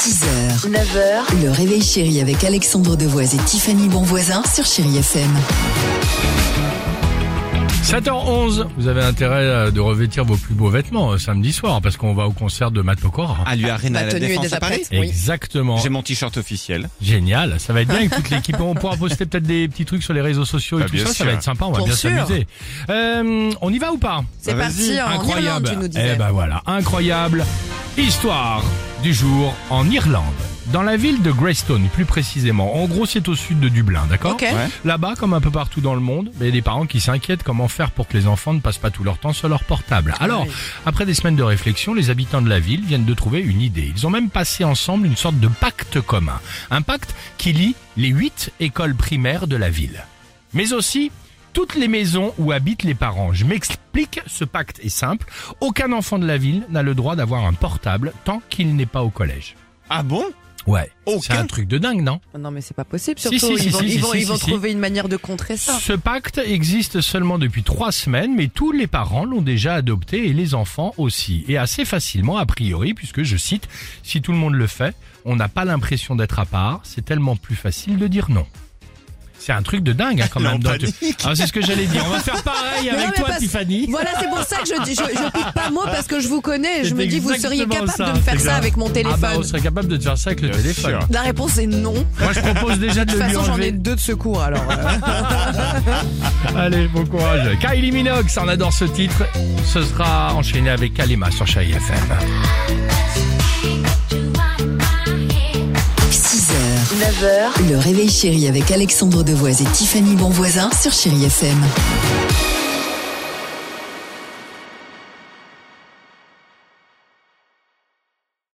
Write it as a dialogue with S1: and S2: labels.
S1: 6h, 9h, le réveil chéri avec Alexandre Devoise et Tiffany Bonvoisin sur Chéri FM.
S2: 7h11, vous avez intérêt euh, de revêtir vos plus beaux vêtements euh, samedi soir parce qu'on va au concert de Matt Pokora.
S3: à
S1: Ma
S3: l'Arena à la
S1: Ah, tenue est
S3: Défense
S1: déjà
S3: à Paris.
S1: prête, oui.
S2: Exactement.
S3: J'ai mon t-shirt officiel.
S2: Génial, ça va être bien avec toute l'équipe. On pourra poster peut-être des petits trucs sur les réseaux sociaux et
S3: Bah,
S2: tout
S3: bien
S2: ça, ça
S3: sûr.
S2: va être sympa, on va
S1: Pour
S2: bien
S1: Ah, sûr.
S2: s'amuser. Euh, on y va ou pas
S1: C'est Ah,
S3: Bah,
S1: parti
S3: vas-y.
S1: en Irlande, tu nous disais.
S2: eh ben voilà, incroyable. Histoire du jour en Irlande. Dans la ville de Greystone, plus précisément. En gros, c'est au sud de Dublin, d'accord
S1: Ok.
S3: Ouais.
S2: Là-bas, comme un peu partout dans le monde, il y a des parents qui s'inquiètent comment faire pour que les enfants ne passent pas tout leur temps sur leur portable. Alors,
S1: oui.
S2: après des semaines de réflexion, les habitants de la ville viennent de trouver une idée. Ils ont même passé ensemble une sorte de pacte commun. Un pacte qui lie les huit écoles primaires de la ville. Mais aussi toutes les maisons où habitent les parents. Je m'explique, ce pacte est simple. Aucun enfant de la ville n'a le droit d'avoir un portable tant qu'il n'est pas au collège.
S3: Ah bon
S2: Ouais. C'est
S3: Aucun
S2: un truc de dingue, non
S1: Oh Non mais c'est pas possible,
S2: Si,
S1: surtout
S2: si, si,
S1: ils vont,
S2: si,
S1: ils
S2: si,
S1: vont,
S2: si,
S1: ils vont
S2: si, si.
S1: trouver une manière de contrer ça.
S2: Ce pacte existe seulement depuis trois semaines, mais tous les parents l'ont déjà adopté et les enfants aussi. Et assez facilement, a priori, puisque je cite, si tout le monde le fait, on n'a pas l'impression d'être à part, c'est tellement plus facile de dire non. C'est un truc de dingue hein, quand
S3: Elle est
S2: même.
S3: en
S2: dans-
S3: panique.
S2: Ah, c'est ce que j'allais dire. On va faire
S1: Mais
S2: pareil
S1: non,
S2: avec
S1: mais
S2: toi,
S1: parce-
S2: Tiffany.
S1: Voilà, c'est pour ça que je, dis- je, je pique pas moi parce que je vous connais. Je
S2: C'est
S1: me dis, vous seriez
S2: exactement
S1: capable
S2: ça,
S1: de me faire
S2: c'est
S1: ça
S2: grave.
S1: avec mon
S2: Ah
S1: téléphone.
S2: bah, on serait capable de te faire ça avec le
S3: Bien
S2: téléphone.
S3: sûr.
S1: La réponse est non. De
S2: Moi, je propose déjà de
S1: toute
S2: le lui
S1: façon, j'en ai
S2: enlever.
S1: deux de secours alors. euh.
S2: Allez, bon courage. Kylie Minogue, ça, on adore ce titre. Ce sera enchaîné avec Kalima sur Chai FM.
S1: 6h, 9h, le réveil chéri avec Alexandre Devoise et Tiffany Bonvoisin sur Chéri FM.